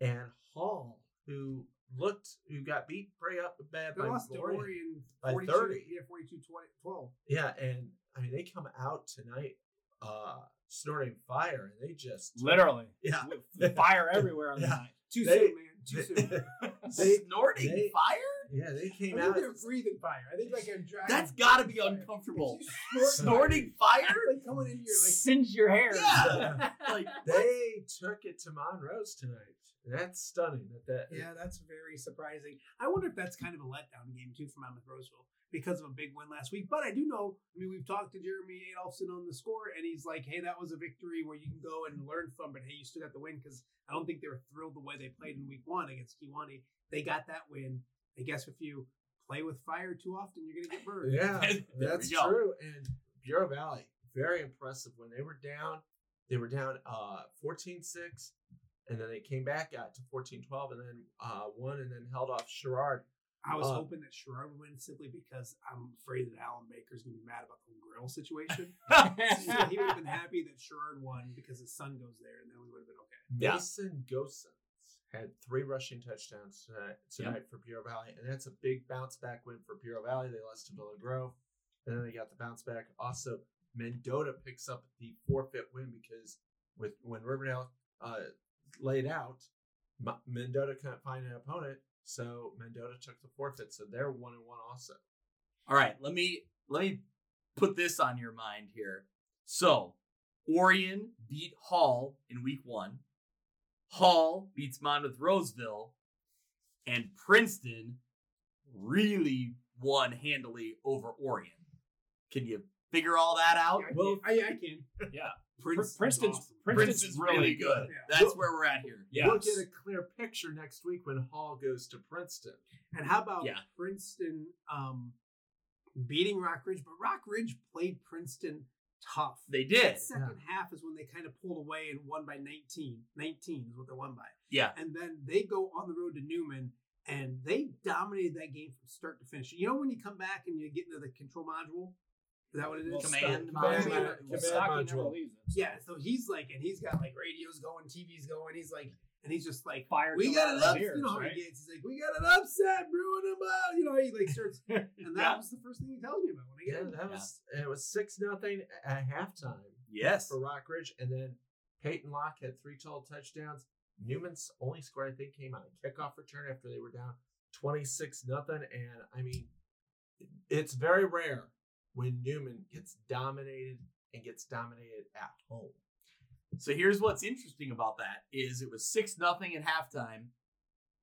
and Hall, who looked, who got beat pretty up bad
They
by
lost to
Lorient.
Orion
By
42,
30.
Yeah, 42 20, 12.
Yeah, and I mean they come out tonight, uh, snorting fire, and they just
Literally.
yeah,
With Fire everywhere on the
Yeah.
night.
Too
They-
soon, man.
[LAUGHS]
Too soon.
they, They-
Snorting
they-
fire?
yeah, they
I
came
think
out.
they're breathing fire. I think like a dragon.
That's got to be
fire.
uncomfortable.
If you snort
Snorting fire?
[LAUGHS] fire, like coming in here,
[LAUGHS]
like
Singe your hair. [LAUGHS]
[LAUGHS]
Yeah. Like
They took it to Monroe's tonight. That's stunning. That that
yeah, that's very surprising. I wonder if that's kind of a letdown game too for Monmouth Roseville because of a big win last week. But I do know. I mean, we've talked to Jeremy Adolphson on the score, and he's like, "Hey, that was a victory where you can go and learn from, but hey, you still got the win because I don't think they were thrilled the way they played in Week One against Kiwani. They got that win. I guess if you play with fire too often, you're gonna get burned.
[LAUGHS]
Yeah,
There
that's
we go.
true. And Bureau Valley, very impressive. When they were down, they were down uh 14-6, and then they came back out to 14-12 and then uh won and then held off Sherrard.
I was
Uh,
hoping that Sherrard would win simply because I'm afraid that Alan Baker's gonna be mad about the grill situation. so he would have been happy that Sherrard won because his son goes there, and then we would have been okay.
Yeah.
Mason Gosens had three rushing touchdowns tonight, tonight for Bureau Valley, and that's a big bounce back win for Bureau Valley. They lost to Villa Grove, and then they got the bounce back. Also, Mendota picks up the forfeit win because with when Riverdale uh, laid out, M- Mendota couldn't find an opponent, so Mendota took the forfeit. So they're one and one also.
All right, let me let me put this on your mind here. So, Orion beat Hall in week 1. Hall beats Monmouth Roseville and Princeton really won handily over Orion. Can you figure all that out.
I,
Well-
well, I, I can.
Yeah.
Princeton's
Princeton's,
awesome.
Princeton's,
Princeton's really good.
Yeah.
That's where we're at here.
Yeah.
We'll get a clear picture next week when Hall goes to Princeton.
And how about
Yeah.
Princeton um, beating Rock Ridge? But Rock Ridge played Princeton tough.
They did.
That second half is when they kind of pulled away and won by 19. 19 is what they won by.
Yeah.
And then they go on the road to Newman and they dominated that game from start to finish. You know when you come back and you get into the control module? Is that what it is?
Well,
Command
Command
module.
module.
Well,
Command
Stocky never
module.
leaves it.
Yeah, so he's like, and he's got like radios going, TVs going. He's like, and he's just like,
Fire
we
till
got
out
an
of his
upset.
ears,
You know how
right?
he gets. He's like, we got an upset, brewing him up. You know, he like starts, and that
Yeah.
was the first thing he tells me about when I
Yeah,
get in.
that was it was six nothing at halftime
Yes.
for Rockridge, and then Peyton Locke had three total touchdowns. Newman's only score I think came on a kickoff return after they were down twenty six nothing, and I mean, it's very rare when Newman gets dominated and gets dominated at home.
So here's what's interesting about that is it was six nothing at halftime.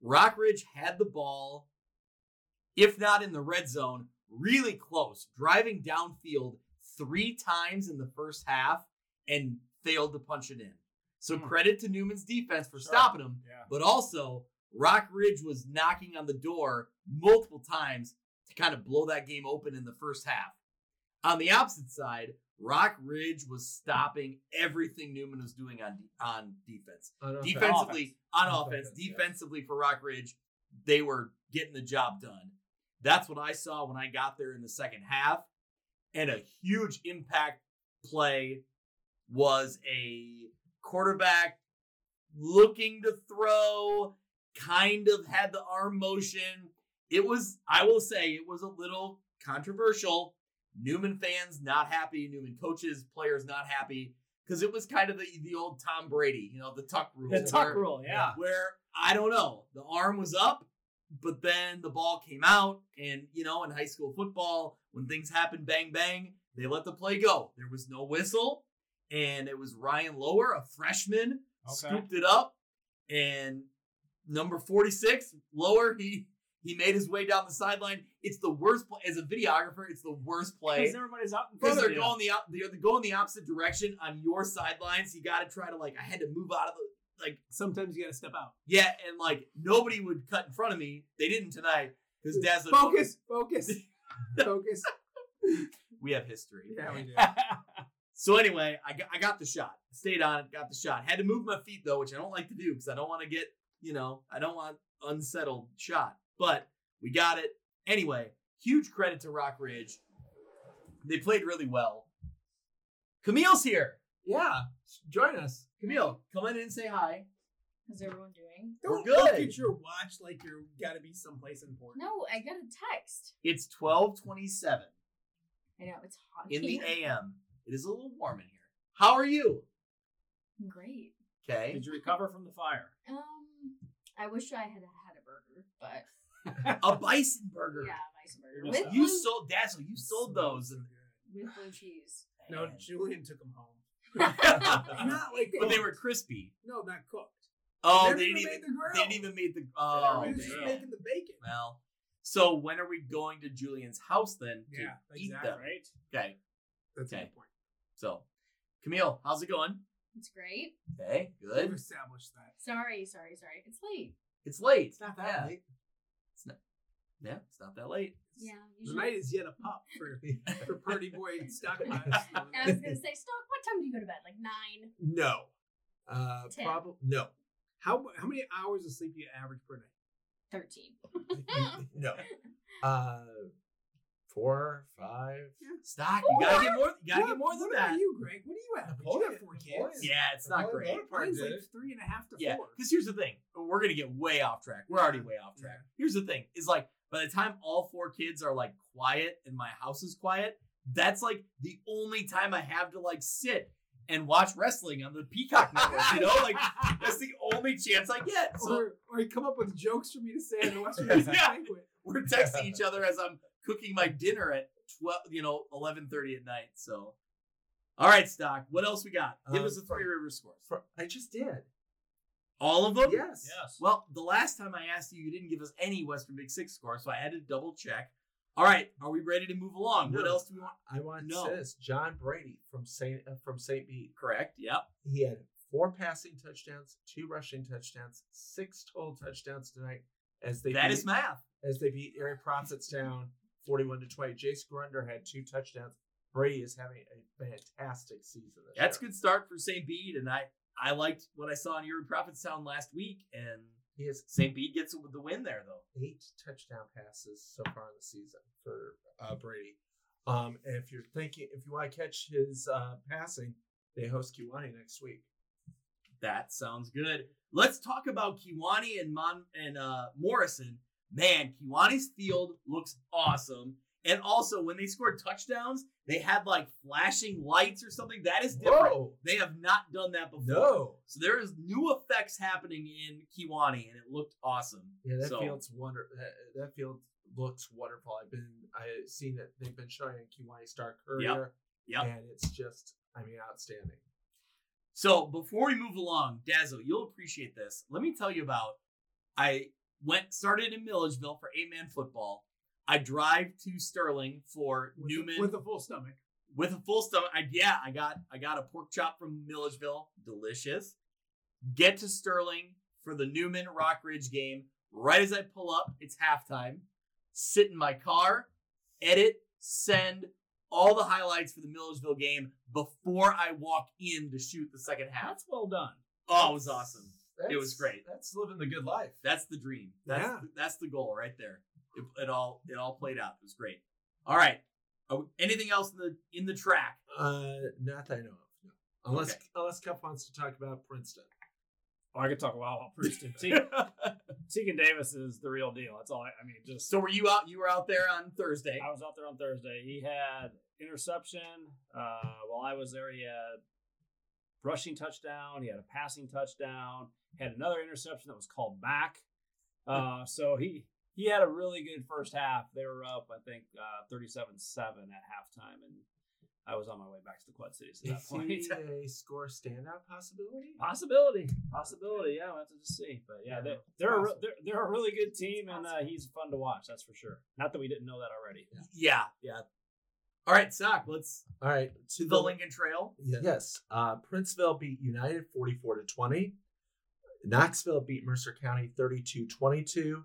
Rockridge had the ball, if not in the red zone, really close, driving downfield three times in the first half and failed to punch it in. So
Hmm.
credit to Newman's defense for
Sure.
stopping him,
Yeah.
but also Rockridge was knocking on the door multiple times to kind of blow that game open in the first half. On the opposite side, Rock Ridge was stopping everything Newman was doing on on defense.
On offense.
Defensively, on
On
offense,
offense, yeah.
defensively for Rock Ridge, they were getting the job done. That's what I saw when I got there in the second half. And a huge impact play was a quarterback looking to throw, kind of had the arm motion. It was, I will say, it was a little controversial. Newman fans not happy, Newman coaches, players not happy, because it was kind of the, the old Tom Brady, you know, the tuck rule.
The tuck
where-
rule, yeah.
Where I don't know, the arm was up, but then the ball came out, and you know, in high school football, when things happen, bang bang, they let the play go. There was no whistle, and it was Ryan Lower, a freshman,
Okay.
scooped it up, and number forty six, Lower, he he made his way down the sideline. It's the worst play as a videographer. It's the worst play.
Because everybody's out in
Because
front of
they're
you.
going the op- they're going the opposite direction on your sidelines. You got to try to like. I had to move out of the like
Sometimes you got to step out.
yeah, and like nobody would cut in front of me. They didn't tonight because Dad's like,
Focus, focus, focus.
We have history.
Yeah, we do.
So anyway, I got, I got the shot. Stayed on it. Got the shot. Had to move my feet though, which I don't like to do because I don't want to get you know I don't want unsettled shot. But we got it anyway. Huge credit to Rock Ridge. They played really well. Camille's here.
Yeah, join us.
Camille, come in and say hi.
How's everyone doing?
We're
Don't look
good.
at your watch like you're got to be someplace important.
No, I got a text.
It's twelve twenty seven
I know it's hot.
in the
here.
a.m. It is a little warm in here. How are you?
Great.
Okay.
Did you recover from the fire?
Um, I wish I had had a burger, but
a bison burger.
yeah, nice burger
You
with
sold-
You
blue,
sold Dazzle. You sold
[LAUGHS]
those, and
with blue cheese.
No, Julian took them home.
but
Not like
they
cooked.
were crispy.
no, not cooked.
Oh,
They're
they didn't
gonna
even
make the grill.
they didn't even make the
Oh,
oh
They're
They're
just
man.
making the bacon.
well. So when are we going to Julian's house then to
Yeah,
eat
exactly.
them?
Right?
Okay,
That's
Okay.
my point.
so Camille, how's it going?
It's great.
Okay,
We've
good.
established that.
Sorry, sorry, sorry. It's late.
It's late.
It's not that
yeah.
late.
Yeah, it's not that late.
Yeah,
The
usually.
night is yet a pup
[LAUGHS]
for for Purdy Boy
and I was
Stockpiles.
gonna say, Stock, what time do you go to bed? Like nine.
No, uh,
Ten.
probably no,
How how many hours of sleep do you average per night?
13.
no. Uh, four, five.
Stock, you gotta get more. You gotta
What-
get more than
what
that.
about you, Greg? What do you average? You
Napoleon-
have four
Napoleon-
kids.
Yeah, it's not great.
Mine's like three and a half to
Yeah,
four.
because here's the thing: we're gonna get way off track. We're already way off track. Here's the thing: is like by the time all four kids are like quiet and my house is quiet, that's like the only time I have to like sit and watch wrestling on the Peacock Network. You know,
[LAUGHS]
like that's the only chance I get. So
or, or you come up with jokes for me to say in
[LAUGHS]
the Western Music
Yeah.
Banquet.
we're texting each other as I'm cooking my dinner at twelve, you know, eleven thirty at night. So, all right, Stock. What else we got? Give
Um,
us the Three Rivers scores.
For, I just did.
All of them.
Yes.
Yes.
Well, the last time I asked you, you didn't give us any Western Big Six score, so I had to double check. All right, are we ready to move along? What
No.
else do we want?
I want
No.
this. John Brady from Saint uh, from Saint Bede.
Correct. Yep.
He had four passing touchdowns, two rushing touchdowns, six total touchdowns tonight as they
that
beat,
is math.
as they beat Erie Prophetstown 41 to 20. Jace Grunder had two touchdowns. Brady is having a fantastic season. This
That's a
year.
good start for St. Bede, and I I liked what I saw in Erie Prophetstown last week, and
He has
St. Bede gets the win there though.
eight touchdown passes so far in the season for uh, Brady. Um, and if you're thinking, if you want to catch his uh, passing, they host Kiwani next week.
That sounds good. Let's talk about Kiwani and Mon and uh, Morrison. Man, Kiwani's field looks awesome. And also, when they scored touchdowns, they had like flashing lights or something. That is different.
Whoa!
They have not done that before.
No.
So there is new effects happening in Kiwani, and it looked awesome.
Yeah, that
so,
field's wonder. That, that field looks wonderful. I've been, I've seen it. They've been showing it in Kiwani Star Courier.
Yep.
And it's just, I mean, outstanding.
So before we move along, Dazzle, you'll appreciate this. Let me tell you about I went started in Milledgeville for eight man football. I drive to Sterling for
with,
Newman
with a full stomach.
with a full stomach. I, yeah, I got I got a pork chop from Milledgeville, delicious. Get to Sterling for the Newman Rockridge game. Right as I pull up, it's halftime. Sit in my car, edit, send all the highlights for the Milledgeville game before I walk in to shoot the second half.
That's well done.
Oh, it was awesome.
That's-
It was great.
That's living the good life.
That's the dream. That's
Yeah.
the, that's the goal right there. It, it all it all played out. It was great. All right. Oh, anything else in the in the track?
Uh, not that I know of. No. Unless,
Okay.
unless Cup wants to talk about Princeton.
Oh, I could talk a lot about Princeton.
[LAUGHS]
Te- Tegan Davis is the real deal. That's all. I, I mean, just
So were you out? You were out there on Thursday.
I was out there on Thursday. He had interception. Uh, while I was there, he had rushing touchdown. He had a passing touchdown. Had another interception that was called back.
[LAUGHS]
Uh, so he he had a really good first half. They were up, I think, uh, thirty-seven seven at halftime, and I was on my way back to the Quad Cities at
Is [LAUGHS]
[LAUGHS]
that point.
he a score standout possibility?
[LAUGHS] Possibility, possibility. Yeah, we'll have to just see. But yeah,
Yeah,
they, they're a re-
possible.
they're, they're a really good team, and uh,
Possible.
he's fun to watch. That's for sure. Not that we didn't know that already.
Yeah, yeah. All right, Sock. Let's
All right. To
to the Lincoln Trail.
Yes. Uh, Princeville beat United 44 to 20. Knoxville beat Mercer County 32 22.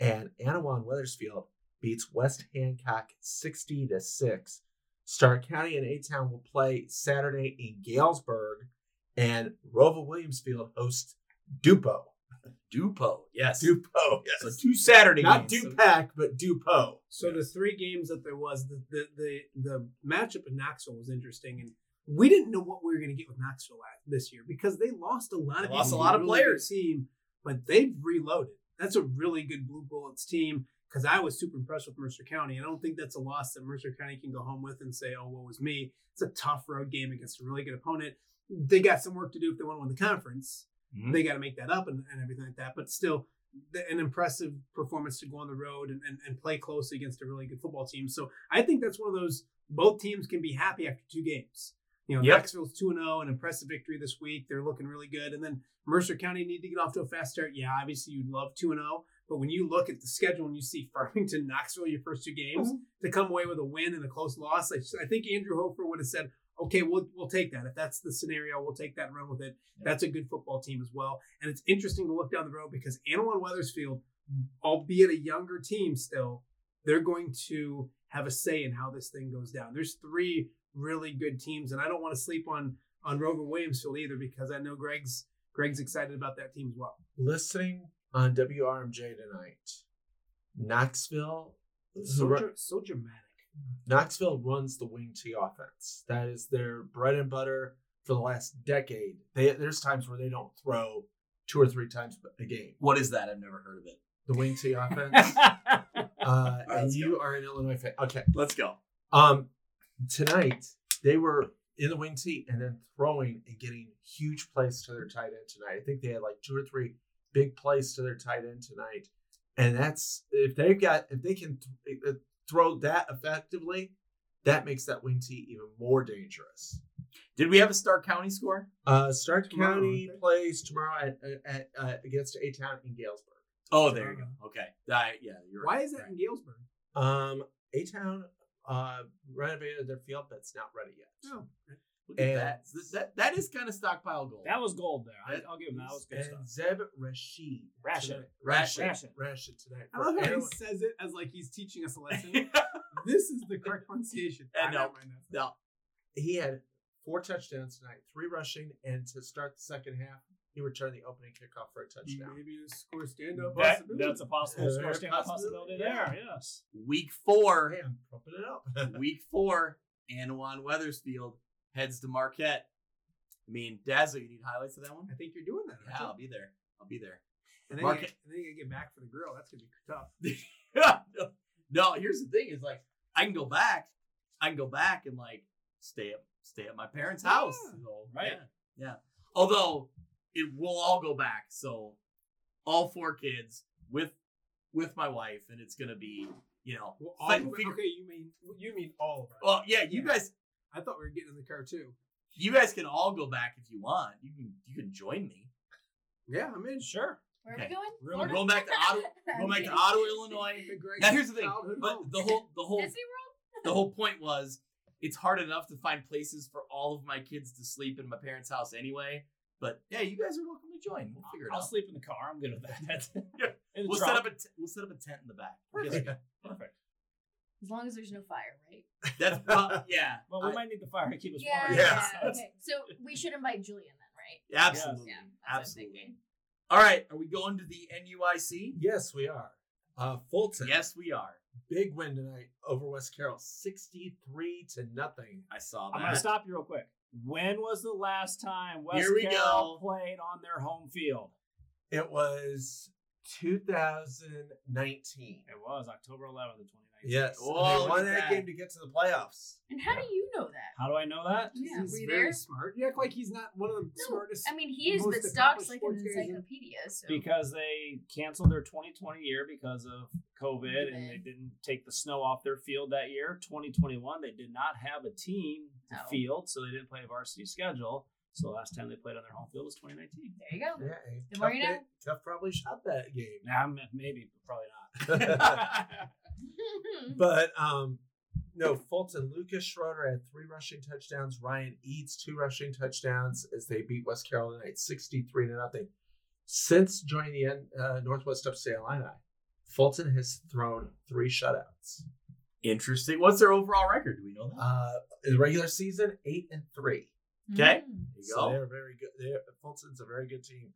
And Anawan Weathersfield beats West Hancock 60 to 6. Star County and A Town will play Saturday in Galesburg. And Rova Williamsfield hosts Dupo.
Dupo. Yes.
Dupo. Yes.
So two Saturday
Not
games.
Dupac, but Dupo.
So the three games that there was, the the the, the matchup in Knoxville was interesting, and we didn't know what we were going to get with Knoxville at, this year because they lost a lot of
They lost
people
a lot
to
of
really good
players.
team, but they've reloaded. That's a really good Blue Bullets team because I was super impressed with Mercer County. I don't think that's a loss that Mercer County can go home with and say, "Oh, what was me?" It's a tough road game against a really good opponent. They got some work to do if they want to win the conference.
Mhm.
They got to make that up and, and everything like that. But still, th- an impressive performance to go on the road and, and, and play close against a really good football team. So I think that's one of those both teams can be happy after two games. You know,
Yep.
Knoxville's 2 0, an impressive victory this week. They're looking really good. And then Mercer County need to get off to a fast start. Yeah, obviously you'd love 2 0. But when you look at the schedule and you see [LAUGHS] Farmington, Knoxville, your first two games, to come away with a win and a close loss, I, I think Andrew Hofer would have said, okay, we'll, we'll take that. If that's the scenario, we'll take that and run with it. That's a good football team as well. And it's interesting to look down the road because Anwan Weathersfield, albeit a younger team still, they're going to have a say in how this thing goes down. There's three really good teams, and I don't want to sleep on on Rover Williamsfield either because I know Greg's Greg's excited about that team as well.
Listening on WRMJ tonight, Knoxville.
So, dra- so dramatic.
Knoxville runs the wing T offense. That is their bread and butter for the last decade. They, there's times where they don't throw two or three times a game.
What is that? I've never heard of it.
The wing T offense.
[LAUGHS]
uh, and
let's
you are an Illinois fan. Okay.
Let's go.
Um, tonight they were in the wing tee and then throwing and getting huge plays to their tight end tonight. I think they had like two or three big plays to their tight end tonight, and that's if they've got if they can th- uh, throw that effectively, that makes that wing tee even more dangerous.
Did we have a Stark County score?
Uh, Stark
Tomorrow,
County
okay.
plays tomorrow at, at, uh, against A Town in Galesburg.
Uh-huh.
Oh, there you go. Okay. I- yeah, you're
Why
right.
is that
Right.
in Galesburg?
Um, A Town uh, renovated their field, but it's not ready yet.
No.
Look at
And-
that. Th- That that is kind of stockpile gold.
That was gold there. I,
That-
I'll give him that. That was good
And
stuff.
Zeb Rashid.
Rashid.
tonight-
Rashid.
Ration.
Rashid tonight.
I love
for
how he
Aaron-
says it as like he's teaching us
[LAUGHS]
a lesson. this is the correct pronunciation.
I know.
don't mind that.
no,
he had four touchdowns tonight, three rushing, and to start the second half, he returned the opening kickoff for a
He
touchdown.
Maybe a score stand up.
That, that's a possible
Is there
score
a
standout
possibility?
possibility there. Yes.
week four, [LAUGHS]
Hey, I'm pumping it up.
week four, Anwan Weathersfield heads to Marquette. I mean, Dazzle, you need highlights of that one?
I think you're doing that.
Yeah, I'll be there. I'll be there.
And then, you,
Mark
and then you gotta get back for the grill. That's gonna be tough.
[LAUGHS] no, no, here's the thing: is like I can go back, I can go back and like stay at stay at my parents' house.
Yeah.
So,
Right.
Yeah, yeah. Although it will all go back, so all four kids with with my wife, and it's gonna be you know,
Well, all
fight-
of it-
figure-
okay, you mean you mean all of us.
well, yeah. You
Yeah.
guys,
I thought we were getting in the car too.
you guys can all go back if you want. You can you can join me.
Yeah, I'm in.
Sure.
Where
Okay.
are we going?
We're
Florida?
going back to Ottawa-
[LAUGHS]
Go back to Ottawa, Illinois.
The Greg's
Now here's the thing,
childhood home.
but the whole the whole
Disney World?
the whole point was it's hard enough to find places for all of my kids to sleep in my parents' house anyway. But yeah, you guys are welcome to join. We'll figure it
I'll
out.
sleep in the car. I'm good with
[LAUGHS]
that. [LAUGHS] In the
We'll set
trunk.
up a t- we'll set up a tent in the back.
[LAUGHS]
Yes,
Perfect.
As long as there's no fire, right?
That's prob- yeah,
Well, we
I-
might need the fire to keep us
Yeah.
warm.
Yeah.
[LAUGHS]
[LAUGHS]
Okay. So we should invite Julian then, right?
absolutely,
Yeah. that's what I'm
absolutely.
thinking.
All right, are we going to the NUIC?
[LAUGHS] yes, we are. Uh, Fulton.
Yes, we are.
Big win tonight over West Carroll, sixty-three to nothing.
I saw
I'm gonna
that.
stop you real quick. When was the last time West
Here we
Carroll
go.
played on their home field?
It was 2019.
It was October 11th of 2019.
Yes,
Oh,
they
look
won
at
that
that.
game to get to the playoffs.
And how do you know that?
How do I know that?
Yeah,
he's
were you
very
there?
smart. You act like he's not one of the smartest.
I mean, he is,
Most
but Stock's
accomplished
like an
sports guys in-
encyclopedia. So
Because they canceled their 2020 year because of COVID and they
Okay.
didn't take the snow off their field that year. 2021, they did not have a team to
Oh.
field, so they didn't play a varsity schedule. So the last time they played on their home field was 2019.
there you go.
Yeah,
The more you
Tough
know.
bet- Tough probably shot that game.
Nah, m- maybe, but probably
[LAUGHS]
not. [LAUGHS]
But um no, Fulton Lucas Schroeder had three rushing touchdowns. Ryan Eads two rushing touchdowns as they beat West Carolina tonight, sixty-three to nothing. Since joining the N- uh, Northwest Upstate Illini, Fulton has thrown three shutouts.
Interesting. What's their overall record? Do we know that?
Uh, in the regular season, eight and three.
[LAUGHS]
Okay.
Mm.
There you
So
go.
Uh,
they're very good. They're, Fulton's a very good team.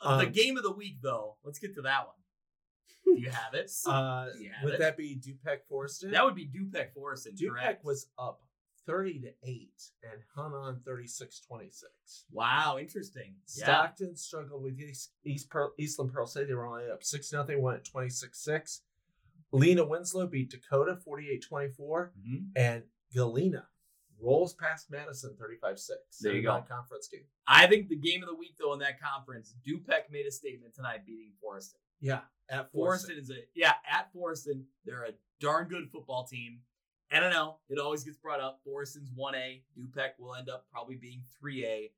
the
um,
game of the week, though. Let's get to that
[LAUGHS]
one. Do you have it?
Uh,
Yeah,
would
that-
that be Dupec Forreston?
that would be Dupec Forest.
Dupec
correct?
was up thirty to eight and hung on 36-26.
wow. Interesting. Yeah.
Stockton struggled with East, East Pearl, Eastland Pearl City. They were only up 6 nothing. won at 26 6. Lena Winslow beat Dakota 48 24.
Mhm.
And Galena rolls past Madison 35 6.
There you go.
Conference game.
I think the game of the week, though, in that conference, Dupec made a statement tonight beating Forreston.
Yeah. At Forreston.
Forreston is a, yeah, at Forreston, they're a darn good football team. I don't know. It always gets brought up. Forreston's 1A. Dupec will end up probably being 3A,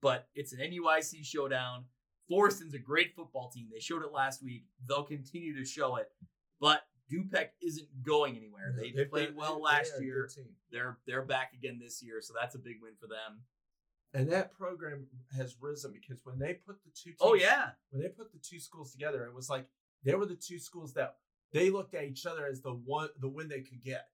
but it's an NUIC showdown. Forreston's a great football team. They showed it last week. They'll continue to show it, but Dupec isn't going anywhere. They
They've
played
been-
well
they-
last
they are a
year.
good team.
They're they're back again this year, so that's a big win for them.
And that program has risen because when they put the two teams,
Oh yeah,
when they put the two schools together, it was like they were the two schools that they looked at each other as the one the win they could get.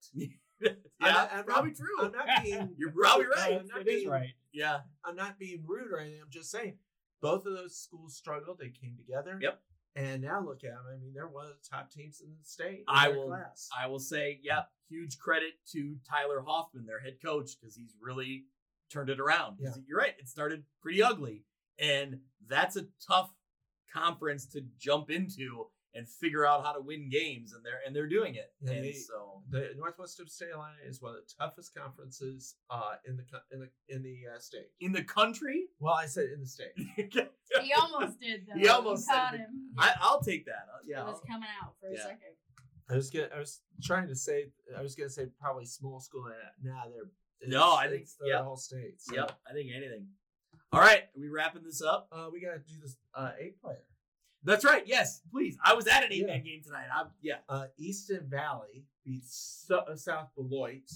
I'm
yeah,
not- I'm
probably
not-
true.
I'm not being
You're probably
rude,
right.
I'm
It
not
is
being,
right.
Yeah,
I'm not being rude or anything. I'm just saying both of those schools struggled. They came together.
Yep.
And now look at them. I mean, they're one of the top teams in the state. in
I
their
will-
Class.
I will say, yep, huge credit to Tyler Hoffman, their head coach, because he's really turned it around. 'Cause You're right, it started pretty ugly, and that's a tough conference to jump into and figure out how to win games, and they're and they're doing it.
Yeah,
and
they-
so,
the Northwest State Alliance is one of the toughest conferences uh, in the co- in the in the uh, state.
in the country, [LAUGHS]
Well, I said in the state.
He almost did though.
He almost
You caught
said it.
him.
I, I'll take that. Uh, Yeah,
It was
I'll-
coming out for
Yeah.
a second.
I was gonna, I was trying to say, I was gonna say probably small school. and uh, Now nah, they're
No, I think-
it's the
yep.
whole state. So.
yep. I think anything. All right, are we wrapping this up?
Uh, we gotta do this uh, eight player.
That's right. Yes, please. I was at an eight
Yeah.
man game tonight. I'm, yeah.
Uh, Easton Valley beats Su- uh, South Beloit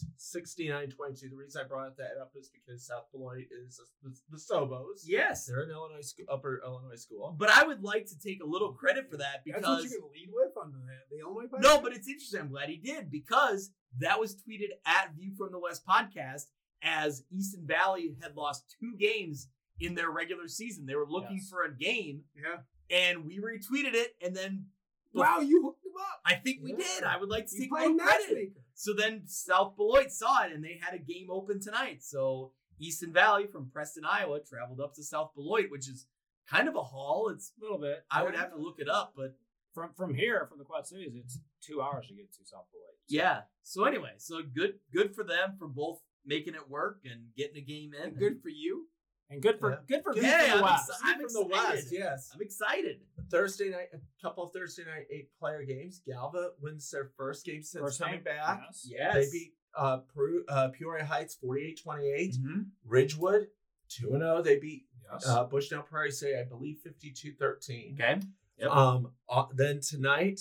69-22. The reason I brought that up is because South Beloit is the, the Sobos.
Yes.
They're an Illinois sc- upper Illinois school.
But I would like to take a little credit for that
That's what
because
you're gonna lead with on the, the Illinois podcast?
no, but it's interesting. I'm glad he did because that was tweeted at View from the West podcast as Easton Valley had lost two games in their regular season. They were looking
Yes.
for a game,
Yeah.
and we retweeted it. And then
Wow, you hooked him up.
I think we did. I would like to
You
take a
played
little credit.
matchmaker.
So then South Beloit saw it and they had a game open tonight. So Easton Valley from Preston, Iowa traveled up to South Beloit, which is kind of a haul. It's
A little bit.
I would have to look it up, but
From from here, from the Quad Cities, it's two hours to get to South Beloit. So
yeah. So anyway, so good good for them for both making it work and getting a game in.
And good for you.
And good for
Yeah.
good for
Good
good for
for
the
you.
West.
So I'm
From the West,
excited.
yes.
I'm excited.
Thursday night, a couple of Thursday night eight player games. Galva wins their first game since
First
coming
time
back.
Yes.
Yes.
They beat uh, Peru, uh, Peoria Heights 48 28.
Mm-hmm.
Ridgewood 2 0. They beat
Yes.
uh, Bushnell Prairie State, I believe, 52 13.
Okay. Yep.
Um, uh, then tonight,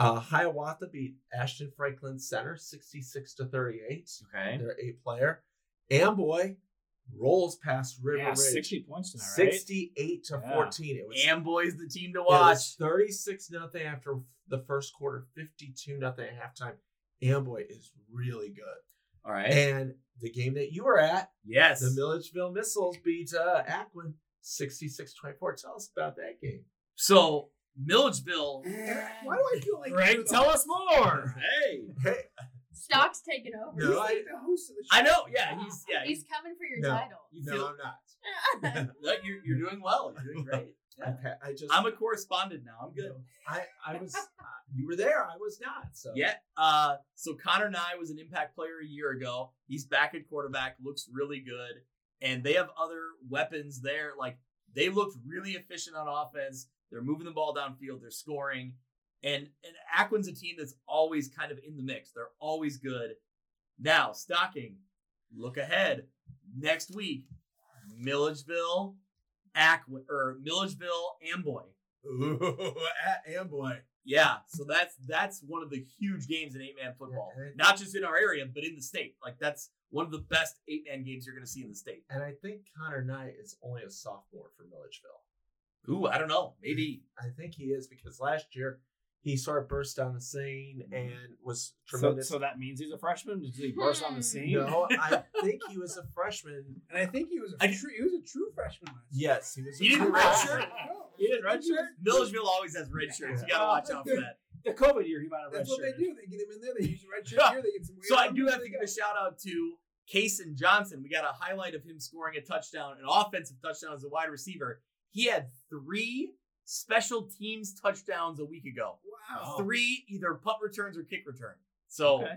uh, Hiawatha beat Ashton Franklin Center 66 to 38.
Okay.
They're eight player. Amboy rolls past River
Yeah,
Ridge
60 points tonight, right?
68 to
Yeah.
14. It was
Amboy's the team to
it was
watch.
36 nothing after the first quarter, 52 nothing at halftime. Amboy is really good.
All right.
And the game that you were at,
Yes.
the Milledgeville Missiles beat uh, Aquin 66-24. Tell us about that game.
So Milledgeville.
Why do I feel like you're
Greg,
the-
tell us more.
Hey.
Hey,
Stock's taking over.
You're
No,
like
I-
the host of the show.
I know. Yeah. He's yeah.
He's coming for your
No.
title.
you feel-
I'm not.
[LAUGHS] No, you're, you're doing well. You're doing great. Yeah.
Okay, I just
I'm a correspondent now. I'm good.
I I
[LAUGHS]
was uh, you were there. I was not. So
Yeah. Uh, so Connor Nye was an impact player a year ago. He's back at quarterback, looks really good. And they have other weapons there. Like they looked really efficient on offense. They're moving the ball downfield, they're scoring. And and Aquin's a team that's always kind of in the mix. They're always good. Now, stocking, look ahead. Next week, Milledgeville, Aquin or Milledgeville Amboy. [LAUGHS]
Ooh, at Amboy.
Yeah, so that's that's one of the huge games in eight man football,
Yeah, and-
not just in our area, but in the state. Like that's one of the best eight man games you're going to see in the state.
[LAUGHS] And I think Connor Knight is only a sophomore for Milledgeville.
Ooh, I don't know, maybe.
I think he is because last year he sort of burst on the scene
Mhm.
and was
So,
tremendous.
so that means he's a freshman? Did he burst on the scene?
no,
[LAUGHS]
I think he was a freshman.
And I think he was a
I-
true, he was a true freshman last year.
Yes, he was.
He didn't
freshman.
redshirt?
No,
He didn't
I think he was-
redshirt?
Milledgeville always has red shirts. You got to watch out for
[LAUGHS]
that.
The COVID year, he might have
That's what they
redshirted.
do. They get him in there. They use red shirt here. They get some. Weird
So I do
numbers,
have
they
to give
go.
a shout out to Kaysen Johnson. We got a highlight of him scoring a touchdown, an offensive touchdown as a wide receiver. He had three special teams touchdowns a week ago.
Wow.
Three either punt returns or kick return. So
Oh. Okay.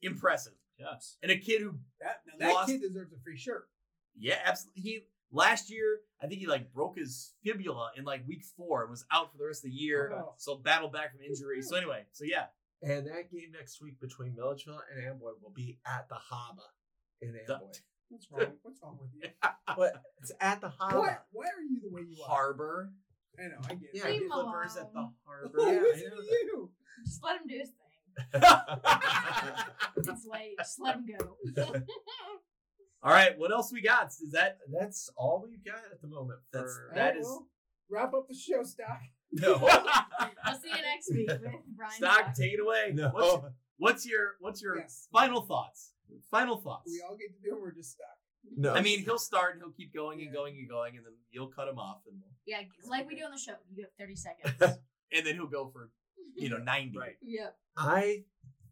impressive.
Yes.
And a kid who
That, now that
Lost-
kid deserves a free shirt.
Yeah, absolutely. He last year, I think he like broke his fibula in like week four and was out for the rest of the year.
Oh.
So battled back from injury. So anyway, so yeah,
And that game next week between Milledgeville and Amboy will be at the Haba in
The-
[LAUGHS] Amboy.
What's wrong? What's wrong with you?
But it's at the
Uh,
Haba.
Why? Why are you the way you are?
harbor
I know. I get it.
Yeah,
I
Leave
get it.
him
flippers at the
alone.
[LAUGHS] harbor.
[LAUGHS] Who
Yeah, I
is
know that.
you?
[LAUGHS] Just let him do his thing. It's late. Just let him go.
All right, what else we got? Is that
That's all we've got at the moment.
That's-
for-
All
That
right,
is-
Oh, well, wrap up the show, Stock.
[LAUGHS]
no,
I'll see you next week with Brian.
stock?
Stock.
Take it away.
no.
What's, what's your what's your
Yes.
final thoughts? Final thoughts.
We all get to do it. We're just stuck.
[LAUGHS] No.
I mean, he'll start and he'll keep going
Yeah.
and going and going, and then you'll cut him off, and
Yeah, like we do on the show. You have 30 seconds.
and then he'll go for [LAUGHS]
[LAUGHS]
you know ninety.
Right.
yep.
I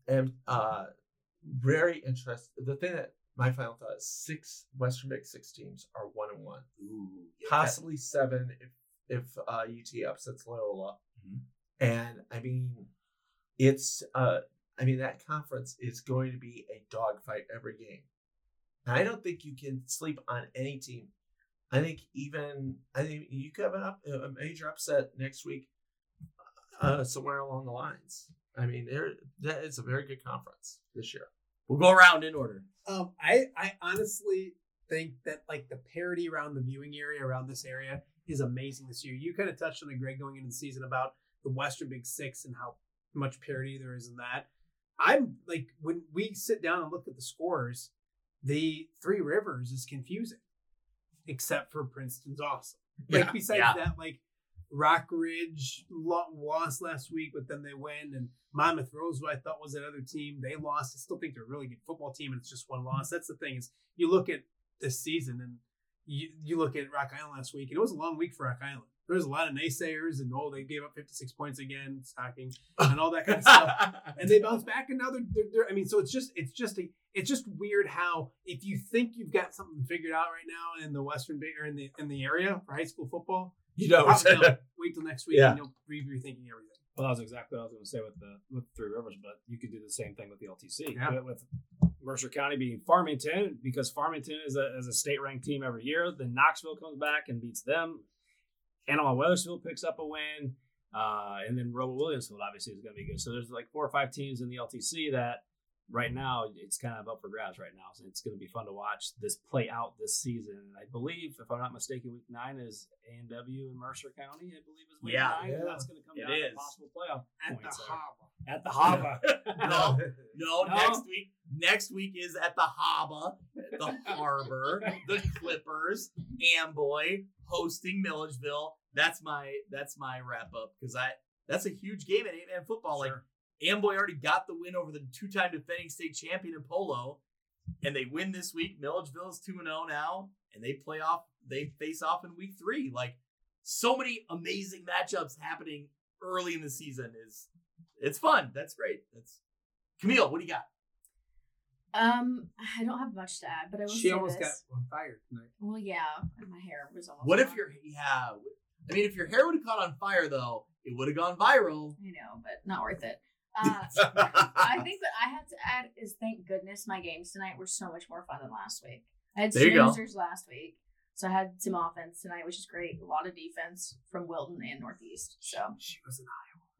am uh very interested. The thing that my final thought is six Western Big Six teams are one and one,
Ooh,
possibly seven if if uh, UT upsets Loyola.
Mhm.
And I mean, it's uh, I mean that conference is going to be a dogfight every game. And I don't think you can sleep on any team. I think even I think you could have an up, a major upset next week, uh, somewhere along the lines. I mean, there that is a very good conference this year.
We'll go around in order.
Um, I, I honestly think that like the parity around the viewing area around this area is amazing this year. You kind of touched on it, Greg, going into the season about the Western Big Six and how much parity there is in that. I'm like when we sit down and look at the scores, the Three Rivers is confusing, except for Princeton's awesome. Like
Yeah,
besides
yeah.
that, like Rockridge lo- lost last week, but then they win, and Monmouth Rose, who I thought was another team, they lost. I still think they're a really good football team, and it's just one loss. That's the thing is you look at this season and you, you look at Rock Island last week, and it was a long week for Rock Island. There was a lot of naysayers and oh, they gave up 56 points again, stocking, and all that kind of
[LAUGHS]
stuff and they bounce back and now they're, they're, they're i mean so it's just it's just a it's just weird how if you think you've got something figured out right now in the western bay or in the in the area for high school football
you
[LAUGHS] probably
don't.
don't. wait till next week
Yeah.
and you'll be rethinking everything
Well, that was exactly what I was going to say with the with Three Rivers, but you could do the same thing with the LTC.
Yeah.
With- With Mercer County beating Farmington, because Farmington is a, is a state ranked team every year. Then Knoxville comes back and beats them. Animal Weathersfield picks up a win. Uh, and then Robo Williamsfield obviously is going to be good. So there's like four or five teams in the LTC that right now it's kind of up for grabs right now. So it's going to be fun to watch this play out this season. And I believe, if I'm not mistaken, week nine is A&W in Mercer County. I believe is week
Yeah.
nine.
Yeah.
And that's going to come
It
down to
is.
possible playoff
at
points
the
there.
harbor
At the Hava.
um,
No, no,
No.
next week. Next week is at the Haba, the Harbor, the Clippers, Amboy hosting Milledgeville. That's my that's my wrap up because I that's a huge game in eight man football. Like Amboy already got the win over the two time defending state champion in polo, and they win this week. Milledgeville is two and zero now, and they play off. They face off in week three. Like so many amazing matchups happening early in the season is it's fun. That's great. That's Camille. What do you got?
Um, I don't have much to add, but I will
she
say
almost
this.
got on fire tonight
Well, yeah, and my hair was almost.
What if
gone.
your yeah? I mean, if your hair would have caught on fire though, it would have gone
[LAUGHS]
viral.
I know, but not worth it.
[LAUGHS]
Uh, I think what I have to add is thank goodness my games tonight were so much more fun than last week. I had
There you go.
Snoozers last week, so I had some offense tonight, which is great. A lot of defense from Wilton and Northeast. So
she was an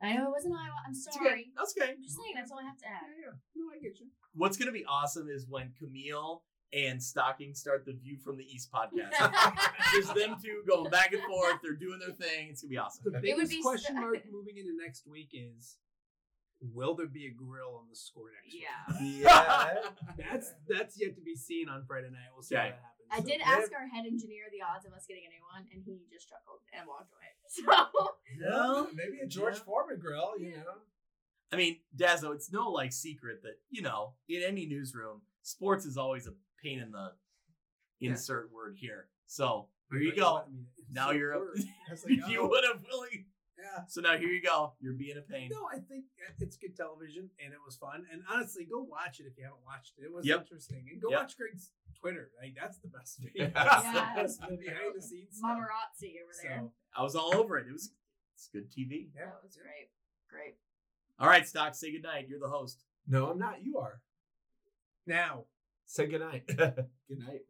I know it wasn't Iowa. I'm
That's okay.
sorry.
That's okay.
I'm just saying that's all I have to add.
yeah, yeah. no i get you
What's gonna be awesome is when Camille and Stocking start the View from the East podcast.
[LAUGHS]
Just them two going back and forth. They're doing their thing. It's gonna be awesome.
the
would
biggest
be
question
so- [LAUGHS]
mark moving into next week is will there be a grill on the score next week
[LAUGHS] yeah.
[LAUGHS] yeah.
that's that's yet to be seen on friday night we'll see
Yeah.
how that happens
I
So-
did
yeah.
[LAUGHS]
ask our head engineer the odds of us getting a new one, and he just chuckled and walked away. [LAUGHS] So
No.
maybe a George
Yeah.
Foreman grill. You
Yeah.
know.
I mean, Dazzo, it's no like secret that you know in any newsroom, sports is always a pain in the
Yeah.
insert word here. So here
But
you
know
go.
what? I mean, it's
Now
so
you're up.
weird. [LAUGHS]
I was
[LAUGHS]
like,
you
oh,
would have willing.
yeah.
So now here you go. You're being a pain.
No, I think it's good television, and it was fun. And honestly, go watch it if you haven't watched it. It was
Yep.
interesting. And go
Yep.
watch Greg's Twitter. Like that's the best [LAUGHS] thing.
Yeah.
That's the behind the scenes. stuff.
Mamarazzi over there.
So
I was all over it. It was it's good TV.
yeah.
That was great. Great.
All right, Stock, say goodnight. You're the host.
No, I'm not. You are.
now. [LAUGHS]
Say good night. good night.